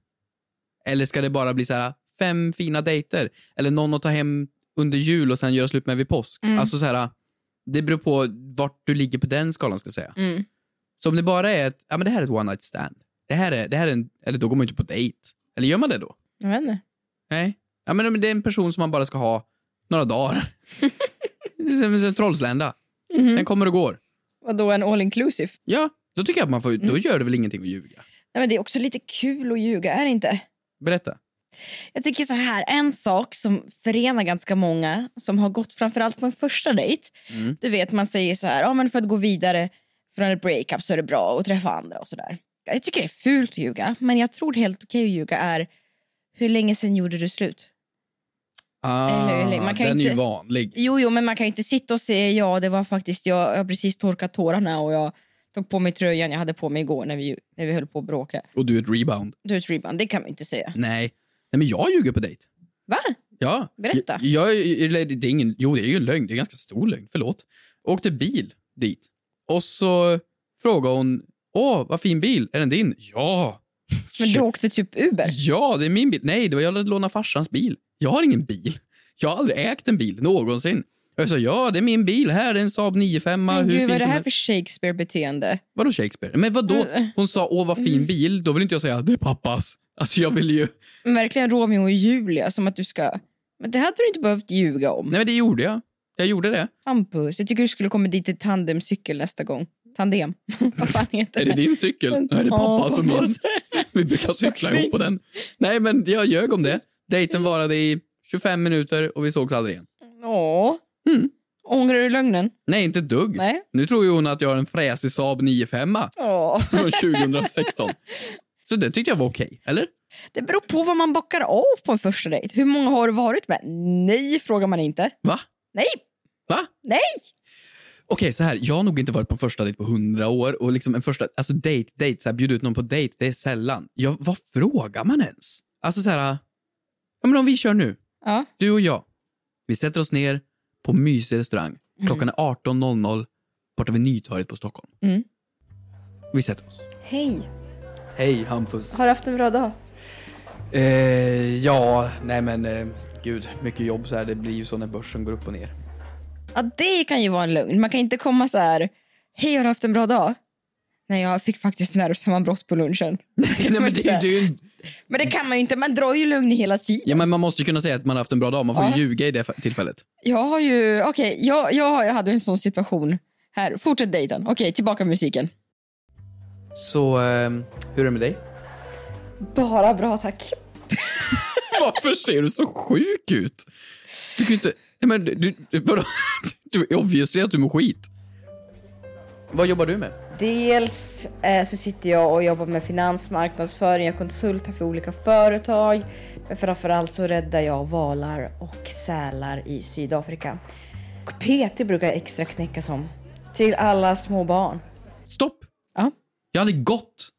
Speaker 2: Eller ska det bara bli så här fem fina dejter? Eller någon att ta hem under jul och sen göra slut med vid påsk?
Speaker 3: Mm.
Speaker 2: Alltså så här, det beror på vart du ligger på den skalan ska jag säga.
Speaker 3: Mm.
Speaker 2: Så om det bara är ett, ja men det här är ett one night stand. Det här är, det här är en, eller då går man ju inte på dejt. Eller gör man det då?
Speaker 3: Jag vet inte.
Speaker 2: Nej. Ja men om det är en person som man bara ska ha några dagar. det är som en trollslända.
Speaker 3: Mhm.
Speaker 2: Den kommer och går.
Speaker 3: Vadå, en all inclusive?
Speaker 2: Ja, då
Speaker 3: Mm.
Speaker 2: tycker jag att man får, då gör det väl ingenting att ljuga.
Speaker 3: Nej, men det är också lite kul att ljuga, är det inte?
Speaker 2: Berätta.
Speaker 3: Jag tycker så här, en sak som förenar ganska många som har gått framförallt på en första dejt.
Speaker 9: Mm.
Speaker 3: Du vet, man säger så här, ja men för att gå vidare från ett breakup så är det bra att träffa andra och sådär. Jag tycker det är fult att ljuga, men jag tror det är helt okej att ljuga är hur länge sen gjorde du slut?
Speaker 2: Ah,
Speaker 3: Eller- eller- man kan
Speaker 2: den
Speaker 3: inte-
Speaker 2: är ju vanlig.
Speaker 3: Jo, jo, men man kan ju inte sitta och säga ja, det var faktiskt jag, jag har precis torkat tårarna och jag tog på mig tröjan jag hade på mig igår när vi, när vi höll på att bråka.
Speaker 2: Och du är ett rebound.
Speaker 3: Du är ett rebound, det kan man ju inte säga.
Speaker 2: Nej. Nej, men jag ljuger på dejt.
Speaker 3: Va?
Speaker 2: Ja.
Speaker 3: Berätta.
Speaker 2: Jag, jag, eller det är ingen, jo, det är ju en lögn. Det är en ganska stor lögn. Förlåt. Jag åkte bil dit. Och så frågade hon, åh, vad fin bil. Är den din? Ja.
Speaker 3: Men du åkte typ Uber?
Speaker 2: Ja, det är min bil. Nej, det var jag lånade farsans bil. Jag har ingen bil. Jag har aldrig ägt en bil någonsin. Jag sa, ja, det är min bil här. Det är en Saab 95.
Speaker 3: Men
Speaker 2: hur
Speaker 3: gud,
Speaker 2: fin
Speaker 3: vad är det
Speaker 2: som
Speaker 3: här
Speaker 2: helst."
Speaker 3: för Mm. Shakespeare-beteende?
Speaker 2: Vadå Shakespeare? Men vadå? Hon sa åh vad fin bil. Då vill inte jag säga det är pappas. Alltså jag vill ju...
Speaker 3: Men Verkligen Romeo och Julia, som att du ska... Men det hade du inte behövt ljuga om.
Speaker 2: Nej men det gjorde jag. Jag gjorde det.
Speaker 3: Hampus, jag tycker du skulle komma dit i tandemcykel nästa gång. Tandem. vad fan heter
Speaker 2: Är det din cykel? Ja, är det pappas och min? Vi brukar cykla ihop på den. Nej men jag ljög om det. Dejten varade i 25 minuter och vi sågs aldrig igen.
Speaker 3: Ja.
Speaker 2: Mm.
Speaker 3: Ångrar du lögnen?
Speaker 2: Nej inte ett dugg.
Speaker 3: Nej.
Speaker 2: Nu tror ju hon att jag har en fräsig Saab 95
Speaker 3: Ja.
Speaker 2: från 2016. Så det tyckte jag var okej, eller?
Speaker 3: Det beror på vad man bockar av på en första dejt. Hur många har du varit med? Nej, frågar man inte.
Speaker 2: Va?
Speaker 3: Nej!
Speaker 2: Va?
Speaker 3: Nej!
Speaker 2: Okej, så här. Jag har nog inte varit på en första dejt på hundra år. Och liksom en första, alltså dejt, dejt, så här, bjuda ut någon på dejt, det är sällan. Ja, vad frågar man ens? Alltså så här, ja men om vi kör nu.
Speaker 3: Ja.
Speaker 2: Du och jag. Vi sätter oss ner på en mysig restaurang.
Speaker 10: Mm.
Speaker 2: Klockan är 18.00 borta vid Nytorget på Stockholm.
Speaker 3: Mm.
Speaker 2: Vi sätter oss.
Speaker 10: Hej!
Speaker 2: Hej Hampus.
Speaker 10: Har du haft en bra dag?
Speaker 2: Eh, ja, nej men eh, gud, mycket jobb så här. Det blir ju så när börsen går upp och ner.
Speaker 3: Ja, det kan ju vara en lögn. Man kan inte komma så här... Hej, har du haft en bra dag? Nej, jag fick faktiskt nervsammanbrott på lunchen.
Speaker 2: nej men det är ju det är ju en
Speaker 3: Men det kan man ju inte. Man drar ju lögner hela tiden.
Speaker 2: Ja, men man måste ju kunna säga att man har haft en bra dag. Man får
Speaker 3: Ja.
Speaker 2: ju ljuga i det fa- tillfället.
Speaker 3: Jag har ju... Okej, jag, jag, har- jag hade en sån situation. Här, fortsätt dejten. Okej, tillbaka musiken.
Speaker 2: Så, eh, hur är det med dig?
Speaker 10: Bara bra tack.
Speaker 2: Varför ser du så sjuk ut? Du kan ju inte... Nej, men du, du, vadå? du är obviously att du mår skit. Vad jobbar du med?
Speaker 10: Dels eh, så sitter jag och jobbar med finansmarknadsföring, jag konsultar för olika företag. Men framförallt så räddar jag valar och sälar i Sydafrika. Och PT brukar jag extra knäcka som. Till alla små barn.
Speaker 2: Stopp!
Speaker 3: Ja.
Speaker 2: Jag hade gått.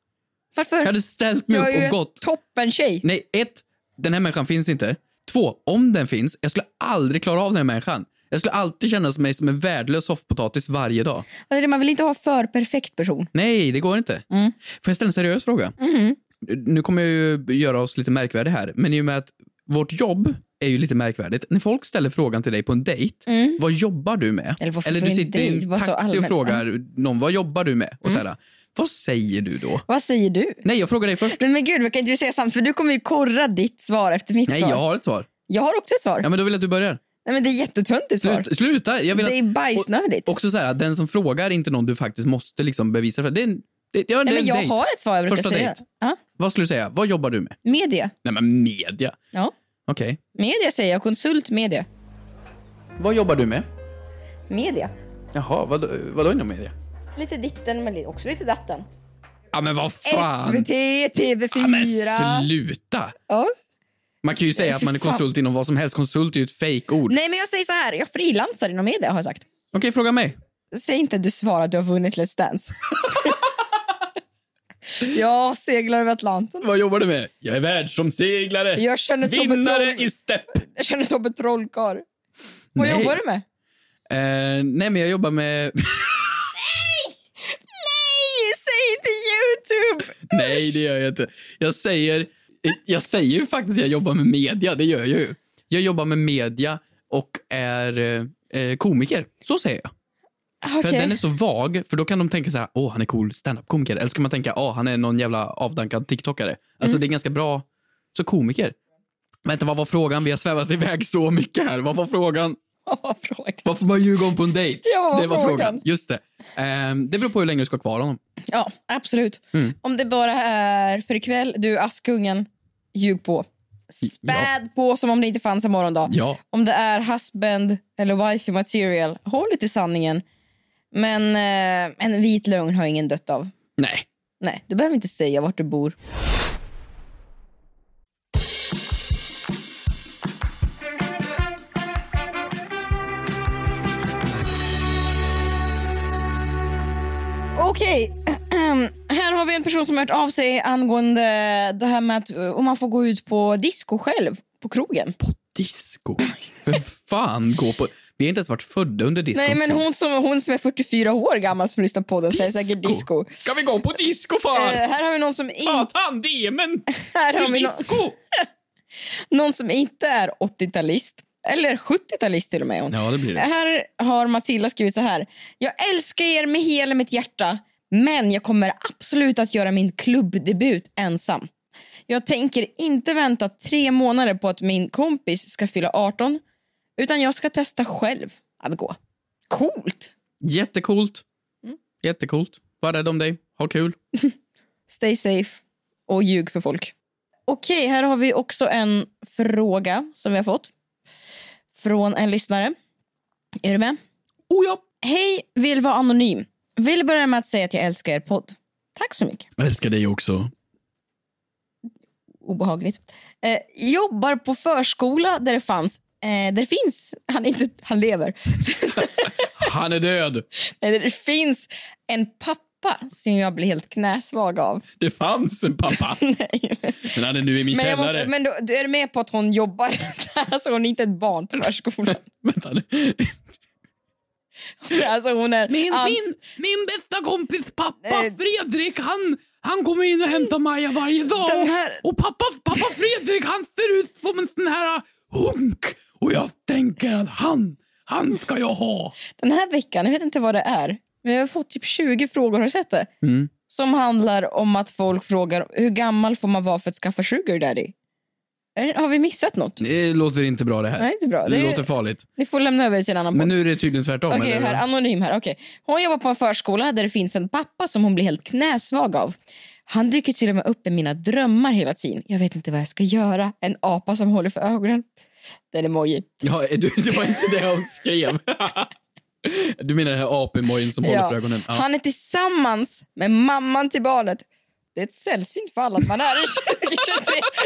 Speaker 3: Varför?
Speaker 2: Jag hade ställt mig
Speaker 3: Jag är
Speaker 2: upp
Speaker 3: ju
Speaker 2: och gått.
Speaker 3: toppen tjej.
Speaker 2: Nej, ett. Den här människan finns inte. Två. Om den finns, jag skulle aldrig klara av den här människan. Jag skulle alltid känna mig som en värdelös soffpotatis varje dag.
Speaker 3: Alltså, det- Man vill inte ha för perfekt person.
Speaker 2: Nej, det går inte.
Speaker 3: Mm.
Speaker 2: Får jag ställa en seriös fråga?
Speaker 3: Mhm.
Speaker 2: Nu kommer jag ju göra oss lite märkvärdiga här, men i och med att vårt jobb är ju lite märkvärdigt. När folk ställer frågan till dig på en dejt,
Speaker 3: Mm.
Speaker 2: vad jobbar du med?
Speaker 3: Eller varför på
Speaker 2: du
Speaker 3: en
Speaker 2: sitter i
Speaker 3: dejt?
Speaker 2: en
Speaker 3: Vad så
Speaker 2: taxi och
Speaker 3: allmänt, Mm.
Speaker 2: frågar någon, vad jobbar du med? Och så här, vad säger du då?
Speaker 3: Vad säger du?
Speaker 2: Nej, jag frågar dig först.
Speaker 3: Nej men gud, vad kan inte du säga samma? För du kommer ju korra ditt svar efter mitt
Speaker 2: Nej,
Speaker 3: svar.
Speaker 2: jag har ett svar.
Speaker 3: Jag har också ett svar.
Speaker 2: Ja, men då vill jag att du börjar.
Speaker 3: Nej men det är jättetöntigt svar.
Speaker 2: Sluta! sluta. Jag vill
Speaker 3: Det är
Speaker 2: att,
Speaker 3: bajsnödigt.
Speaker 2: Och, också så här, att den som frågar är inte någon du faktiskt måste liksom bevisa för. Det är en, det, ja, det är
Speaker 3: Nej, men
Speaker 2: en
Speaker 3: jag
Speaker 2: dejt.
Speaker 3: har ett svar jag brukar
Speaker 2: Första
Speaker 3: säga.
Speaker 2: Dejt.
Speaker 3: Ja,
Speaker 2: Vad skulle du säga? Vad jobbar du med?
Speaker 3: media.
Speaker 2: Nej, men media.
Speaker 3: Ja.
Speaker 2: Okej.
Speaker 3: Media säger jag. Konsult media.
Speaker 2: Vad jobbar du med?
Speaker 10: Media.
Speaker 2: Jaha, vad, vadå inom media?
Speaker 10: Lite ditten men li- också lite datten.
Speaker 2: Ja men vad fan!
Speaker 10: SVT, TV4.
Speaker 2: Ja, men sluta!
Speaker 3: Ja.
Speaker 2: Man kan ju säga att man är konsult inom vad som helst. Konsult är ju ett fejkord. Okej,
Speaker 3: Nej men jag säger så här. Jag frilansar inom media har jag sagt.
Speaker 2: fråga mig.
Speaker 3: Säg inte att du svarar att du har vunnit Let's Dance. jag seglar över Atlanten.
Speaker 2: Vad jobbar du med? Jag är världsomseglare.
Speaker 3: Jag känner Tobbe
Speaker 2: Vinnare
Speaker 3: Troll.
Speaker 2: i stepp.
Speaker 3: Jag känner Tobbe Trollkarl. Vad
Speaker 2: Nej.
Speaker 3: jobbar du med?
Speaker 2: Eh, nej men jag jobbar med...
Speaker 3: Nej, säg inte Youtube!
Speaker 2: nej det gör jag inte. Jag säger... Jag säger ju faktiskt att jag jobbar med media. Det gör jag ju. Jag jobbar med media och är eh, eh, komiker. Så säger jag. För
Speaker 3: Okej.
Speaker 2: den är så vag, för då kan de tänka så här, åh han är cool standup-komiker. Eller så kan man tänka, åh han är någon jävla avdankad TikTokare.
Speaker 3: Mm.
Speaker 2: Alltså det är ganska bra, så komiker. Vänta, vad var frågan? Vi har svävat iväg så mycket här. Vad var frågan? Vad får man ljuga om på en dejt?
Speaker 3: Ja, vad var
Speaker 2: det var frågan.
Speaker 3: frågan?
Speaker 2: Just det. Ehm, det beror på hur länge du ska ha kvar honom.
Speaker 3: Ja, absolut.
Speaker 2: Mm.
Speaker 3: Om det bara är för ikväll, du Askungen, ljug på. Späd på som om det inte fanns en morgondag.
Speaker 2: Ja.
Speaker 3: Om det är husband eller wifey material, håll dig till sanningen. Men eh, en vit lögn har ingen dött av.
Speaker 2: Nej.
Speaker 3: Nej, du behöver inte säga vart du bor. Okej, här har vi en person som har hört av sig angående det här med att eh, om man får gå ut på disco själv på krogen.
Speaker 2: Disco? Vem fan går på... Vi har inte ens varit födda under disco.
Speaker 3: Nej, men hon som, hon som är 44 år gammal som lyssnar på den säger säkert disco.
Speaker 2: Ska vi gå på disco för?
Speaker 3: Eh, här har vi någon som inte... Ta
Speaker 2: tandemen
Speaker 3: här har
Speaker 2: till
Speaker 3: vi någon...
Speaker 2: disco!
Speaker 3: någon som inte är 80-talist. Eller 70-talist till och med. Hon.
Speaker 2: Ja, det blir det.
Speaker 3: Här har Matilda skrivit så här. Jag älskar er med hela mitt hjärta, men jag kommer absolut att göra min klubbdebut ensam. Jag tänker inte vänta tre månader på att min kompis ska fylla 18, utan jag ska testa själv att gå. Coolt!
Speaker 2: Jättecoolt. Mm. Jättecoolt. Var rädd om dig. Ha kul.
Speaker 3: Stay safe och ljug för folk. Okej, här har vi också en fråga som vi har fått från en lyssnare. Är du med?
Speaker 2: Oh ja!
Speaker 3: Hej, vill vara anonym. Vill börja med att säga att jag älskar er podd. Tack så mycket.
Speaker 2: Jag älskar dig också.
Speaker 3: Obehagligt. Eh, jobbar på förskola där det fanns Eh, där det finns, han, är inte, han lever,
Speaker 2: Han är död.
Speaker 3: Nej, där det finns en pappa som jag blir helt knäsvag av.
Speaker 2: Det fanns en pappa. men han är nu i min
Speaker 3: men jag
Speaker 2: källare.
Speaker 3: måste, men då, du är med på att hon jobbar där? Alltså hon är inte ett barn på förskolan.
Speaker 2: Vänta nu.
Speaker 3: Alltså hon är
Speaker 2: Min,
Speaker 3: ans-
Speaker 2: min, min bästa kompis pappa Fredrik, han, han kommer in och hämtar Maja varje dag.
Speaker 3: Den här-
Speaker 2: Och pappa, pappa Fredrik, han ser ut som en sån här äh, hunk. Och jag tänker att han, han ska jag ha.
Speaker 3: Den här veckan, jag vet inte vad det är, men jag har fått typ 20 frågor, har du sett det?
Speaker 2: Mm.
Speaker 3: Som handlar om att folk frågar hur gammal får man vara för att skaffa sugar daddy? Är- Har vi missat något?
Speaker 2: Det låter inte bra det här.
Speaker 3: Nej, inte bra.
Speaker 2: Det,
Speaker 3: Det-
Speaker 2: låter farligt.
Speaker 3: Ni får lämna över till en annan
Speaker 2: Men
Speaker 3: podd.
Speaker 2: nu är det tydligen tvärtom.
Speaker 3: Okej,
Speaker 2: eller?
Speaker 3: här, anonym här. Okej. Hon jobbar på en förskola där det finns en pappa som hon blir helt knäsvag av. Han dyker till och med upp i mina drömmar hela tiden. Jag vet inte vad jag ska göra. En apa som håller för ögonen. Den är emoji.
Speaker 2: ja, du, det var inte det hon skrev. du menar den här apemojin som håller
Speaker 3: Ja.
Speaker 2: för ögonen? Ja.
Speaker 3: Han är tillsammans med mamman till barnet. Det är ett sällsynt fall att man är en 20-23.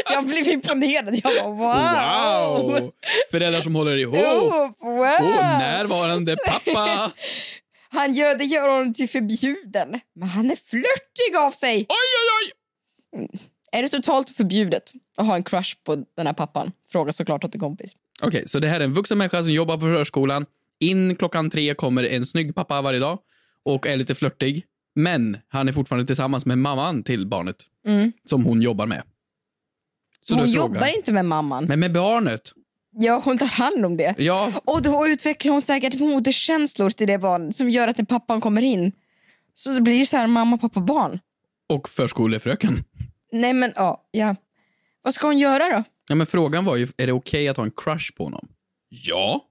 Speaker 3: Jag blev imponerad. Jag bara, wow!
Speaker 2: Wow! Föräldrar som håller ihop. Åh,
Speaker 3: Oh, wow.
Speaker 2: närvarande pappa.
Speaker 3: Han gör, det gör honom till förbjuden. Men han är flörtig av sig! Oj,
Speaker 2: oj, oj!
Speaker 3: Är det totalt förbjudet att ha en crush på den här pappan? Fråga såklart åt en kompis.
Speaker 2: Okej, så det här är en vuxen människa som jobbar på förskolan. In klockan tre kommer en snygg pappa varje dag och är lite flörtig. Men han är fortfarande tillsammans med mamman till barnet
Speaker 3: Mm.
Speaker 2: som hon jobbar med. Så
Speaker 3: hon
Speaker 2: du
Speaker 3: jobbar
Speaker 2: frågar.
Speaker 3: inte med mamman.
Speaker 2: Men med barnet?
Speaker 3: Ja, hon tar hand om det.
Speaker 2: Ja,
Speaker 3: Och då utvecklar hon säkert moderskänslor till det barnet som gör att när pappan kommer in så det blir det så här mamma, pappa, barn.
Speaker 2: och förskolefröken.
Speaker 3: Nej men ja, ja. Vad ska hon göra då?
Speaker 2: Ja, men frågan var ju, är det okej att ha en crush på honom? Ja.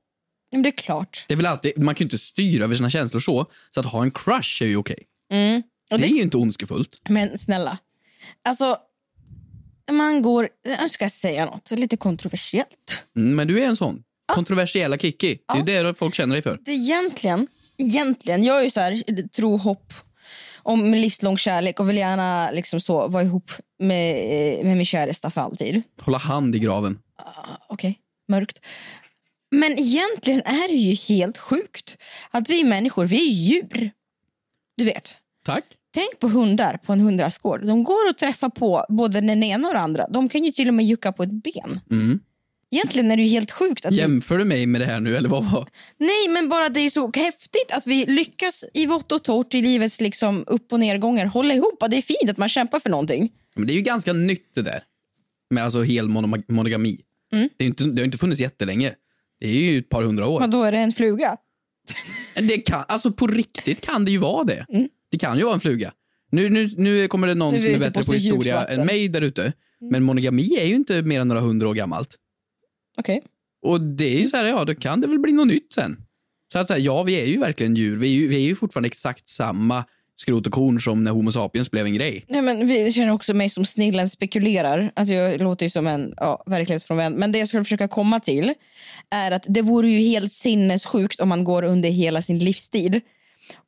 Speaker 3: Ja, Men det är klart.
Speaker 2: Det är väl alltid, man kan ju inte styra över sina känslor så, så att ha en crush är ju okej.
Speaker 3: Mm.
Speaker 2: Det är ju inte ondskefullt.
Speaker 3: Men snälla, alltså man går, jag ska säga något lite kontroversiellt.
Speaker 2: Mm, men du är en sån. Kontroversiella Kikki. Det är det folk känner dig för.
Speaker 3: Det är egentligen, egentligen, jag är ju så här, tro hopp om livslång kärlek och vill gärna liksom så vara ihop med, eh, med min käresta för alltid.
Speaker 2: Hålla hand i graven.
Speaker 3: Okej, mörkt. Men egentligen är det ju helt sjukt att vi människor, vi är ju djur. Du vet.
Speaker 2: Tack.
Speaker 3: Tänk på hundar på en hundrastgård. De går och träffar på både den ena och den andra. De kan ju till och med jucka på ett ben.
Speaker 2: Mm.
Speaker 3: Egentligen är det ju helt sjukt. Att vi...
Speaker 2: Jämför du mig med det här nu, eller vad var?
Speaker 3: Nej, men bara det är så häftigt att vi lyckas i vått och torrt i livets liksom upp och nedgångar hålla ihop. Det är fint att man kämpar för någonting.
Speaker 2: Men det är ju ganska nytt det där. Med alltså hel mono- monogami. Det, är ju inte, det har ju inte funnits jättelänge. Det är ju ett par hundra år.
Speaker 3: Och då är det en fluga.
Speaker 2: Det kan, alltså på riktigt kan det ju vara det. Det kan ju vara en fluga. Nu, nu, nu kommer det någon
Speaker 3: Mm. Nu är vi
Speaker 2: som är
Speaker 3: ute
Speaker 2: bättre
Speaker 3: på
Speaker 2: på,
Speaker 3: så djupt
Speaker 2: historia
Speaker 3: vatten. Mm.
Speaker 2: än mig där ute. Men monogami är ju inte mer än några hundra år gammalt.
Speaker 3: Okej.
Speaker 2: Och det
Speaker 3: Mm.
Speaker 2: är ju så här, ja, då kan det väl bli något nytt sen. Så att säga, ja, vi är ju verkligen djur. Vi är ju, vi är ju fortfarande exakt samma skrot och korn som när Homo sapiens blev en grej.
Speaker 3: Nej, men vi känner också mig som snillen spekulerar. Alltså, jag låter ju som en ja, verklighetsfrånvänd. Men det jag skulle försöka komma till är att det vore ju helt sinnessjukt om man går under hela sin livstid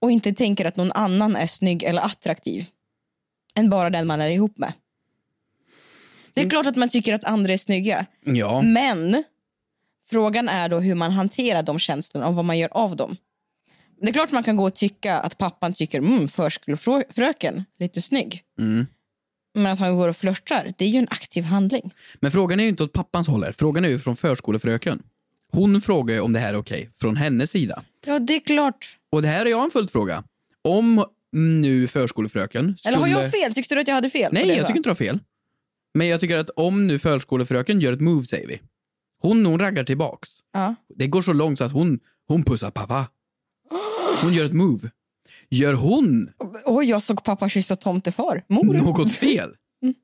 Speaker 3: och inte tänker att någon annan är snygg eller attraktiv än bara den man är ihop med. Det är klart att man tycker att andra är snygga.
Speaker 2: Ja.
Speaker 3: Men frågan är då hur man hanterar de känslorna och vad man gör av dem. Det är klart man kan gå och tycka att pappan tycker mm, förskolefröken, lite snygg.
Speaker 2: Mm.
Speaker 3: Men att han går och flörtar, det är ju en aktiv handling.
Speaker 2: Men frågan är ju inte åt pappans håll här. Frågan är ju från förskolefröken. Hon frågar ju om det här är okej från hennes sida.
Speaker 3: Ja, det är klart.
Speaker 2: Och det här är jag en följdfråga. Om nu förskolefröken skulle...
Speaker 3: Eller har jag fel? Tyckte du att jag hade fel? på
Speaker 2: Nej,
Speaker 3: det,
Speaker 2: jag
Speaker 3: så?
Speaker 2: tycker inte du har fel. Men jag tycker att om nu förskolefröken gör ett move, säger vi. Hon, hon raggar tillbaks.
Speaker 3: Ja.
Speaker 2: Det går så långt så att hon, hon pussar pappa. Hon gör ett move. Gör hon
Speaker 3: Oj, jag såg pappa kyssa tomtefar. Mor.
Speaker 2: något fel?
Speaker 3: Mm.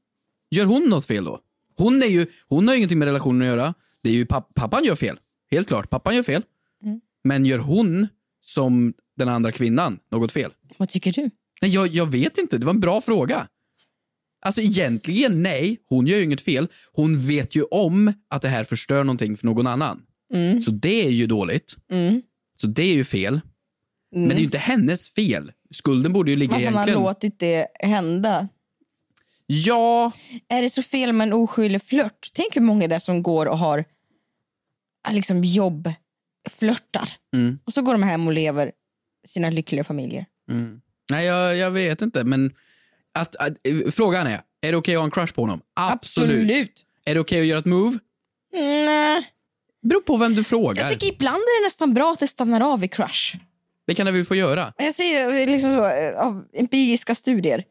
Speaker 2: Gör hon något fel då? Hon, är ju, hon har ju ingenting med relationen att göra. Det är ju papp, pappan gör fel. Helt klart, pappan gör fel.
Speaker 3: Mm.
Speaker 2: Men gör hon, som den andra kvinnan, något fel?
Speaker 3: Vad tycker du?
Speaker 2: Nej, jag, jag vet inte. Det var en bra fråga. Alltså egentligen, nej. Hon gör ju inget fel. Hon vet ju om att det här förstör någonting för någon annan.
Speaker 3: Mm.
Speaker 2: Så det är ju dåligt.
Speaker 3: Mm.
Speaker 2: Så det är ju fel. Men
Speaker 3: Mm.
Speaker 2: det är ju inte hennes fel. Skulden borde ju ligga
Speaker 3: Varför har man
Speaker 2: egentligen...
Speaker 3: låtit det hända?
Speaker 2: Ja.
Speaker 3: Är det så fel med en oskyldig flört? Tänk hur många det är som går och har ja, liksom jobb, flörtar.
Speaker 2: Mm.
Speaker 3: Och så går de hem och lever sina lyckliga familjer.
Speaker 2: Mm. Nej, jag, jag vet inte, men... Att, att, eh, frågan är, är det okej att ha en crush på honom? Absolut.
Speaker 3: Absolut.
Speaker 2: Är det okej att göra ett move?
Speaker 3: Mm, Nej.
Speaker 2: beror på vem du frågar.
Speaker 3: Jag tycker ibland är det nästan bra att det stannar av i crush.
Speaker 2: Det kan vi få göra.
Speaker 3: Jag ser ju liksom så, eh, av empiriska studier.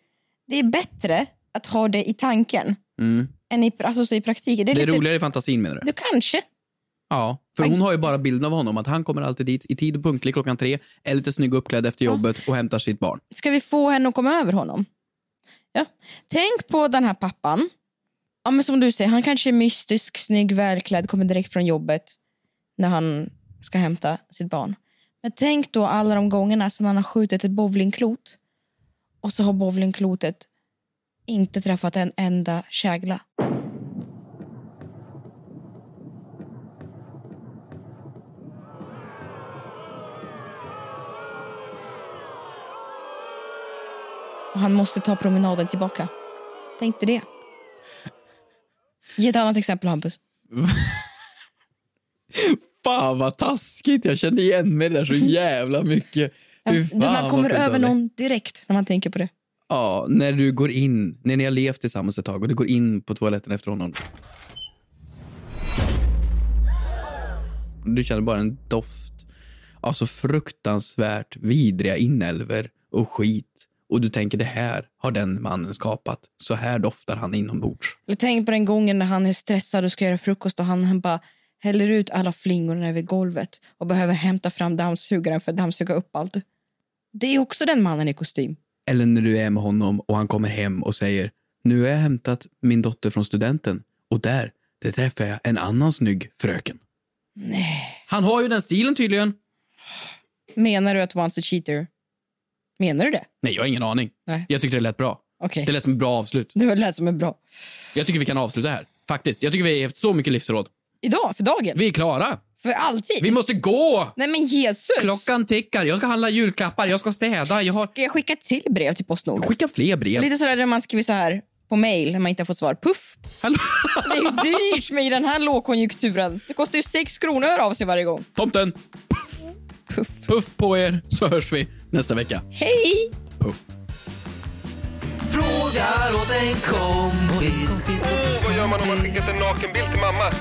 Speaker 3: Det är bättre att ha det i tanken
Speaker 2: Mm.
Speaker 3: än i, alltså, så i praktiken. Det
Speaker 2: Det
Speaker 3: är,
Speaker 2: är,
Speaker 3: lite,
Speaker 2: roligare i fantasin, menar du?
Speaker 3: Nu kanske.
Speaker 2: Ja, för hon har ju bara bilden av honom att han kommer alltid dit i tid och punktlig klockan tre, är lite snygg och uppklädd
Speaker 3: Ah.
Speaker 2: efter jobbet och hämtar sitt barn.
Speaker 3: Ska vi få henne att komma över honom? Ja. Tänk på den här pappan. Ja, men som du säger, han kanske är mystisk, snygg, välklädd, kommer direkt från jobbet när han ska hämta sitt barn. Men tänk då alla de gångerna som han har skjutit ett bowlingklot och så har bowlingklotet inte träffat en enda kägla. Och han måste ta promenaden tillbaka. Tänk dig det. Ge ett annat exempel, Hampus.
Speaker 2: Fan vad taskigt, jag kände igen mig i det där så jävla mycket. Fy fan,
Speaker 3: man kommer
Speaker 2: vad
Speaker 3: över
Speaker 2: dåligt.
Speaker 3: någon direkt när man tänker på det.
Speaker 2: Ja, när du går in, när ni har levt tillsammans ett tag och du går in på toaletten efter honom. Du känner bara en doft av så fruktansvärt vidriga inälvor och skit. Och du tänker det här har den mannen skapat. Så här doftar han inombords.
Speaker 3: Eller tänk på den gången när han är stressad och ska göra frukost och han, han bara häller ut alla flingorna över golvet och behöver hämta fram dammsugaren för att dammsuga upp allt. Det är också den mannen i kostym.
Speaker 2: Eller när du är med honom och han kommer hem och säger nu har jag hämtat min dotter från studenten och där, där träffar jag en annan snygg fröken.
Speaker 3: Nej.
Speaker 2: Han har ju den stilen tydligen.
Speaker 3: Menar du att once a cheater? Menar du det?
Speaker 2: Nej, jag har ingen aning.
Speaker 3: Nej.
Speaker 2: Jag tyckte det lät bra.
Speaker 3: Okej.
Speaker 2: Det lät som ett bra avslut.
Speaker 3: Det lät som en bra...
Speaker 2: Jag tycker vi kan avsluta här. Faktiskt. Jag tycker vi har haft så mycket livsråd.
Speaker 3: Idag? För dagen?
Speaker 2: Vi är klara.
Speaker 3: För alltid?
Speaker 2: Vi måste gå!
Speaker 3: Nej men Jesus!
Speaker 2: Klockan tickar. Jag ska handla julklappar. Jag ska städa. Jag har...
Speaker 3: Ska jag skicka till brev till Postnord?
Speaker 2: Skicka fler brev.
Speaker 3: Lite sådär där man skriver så här på mail när man inte har fått svar. Puff!
Speaker 2: Hallå?
Speaker 3: Det är ju dyrt med i den här lågkonjunkturen. Det kostar ju 6 kronor att höra av sig varje gång.
Speaker 2: Tomten! Puff.
Speaker 3: Puff.
Speaker 2: Puff på er, så hörs vi nästa vecka.
Speaker 3: Hej!
Speaker 2: Puff.
Speaker 1: Frågar åt en kompis.
Speaker 6: Åh, vad gör man om man skickat en nakenbild till mamma?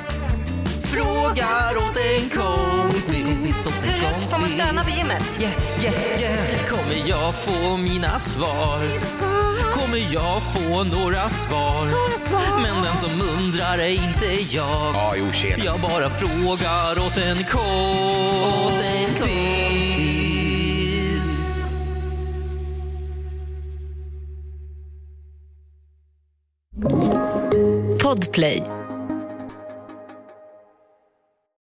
Speaker 1: Frågar åt en kompis. Hur får man stanna vid gymmet? Yeah, yeah, yeah. Kommer jag få mina svar? Kommer jag få några svar? Men den som undrar är inte jag.
Speaker 6: Ja, jo, tjena.
Speaker 1: Jag bara frågar åt en kompis.
Speaker 8: Podplay.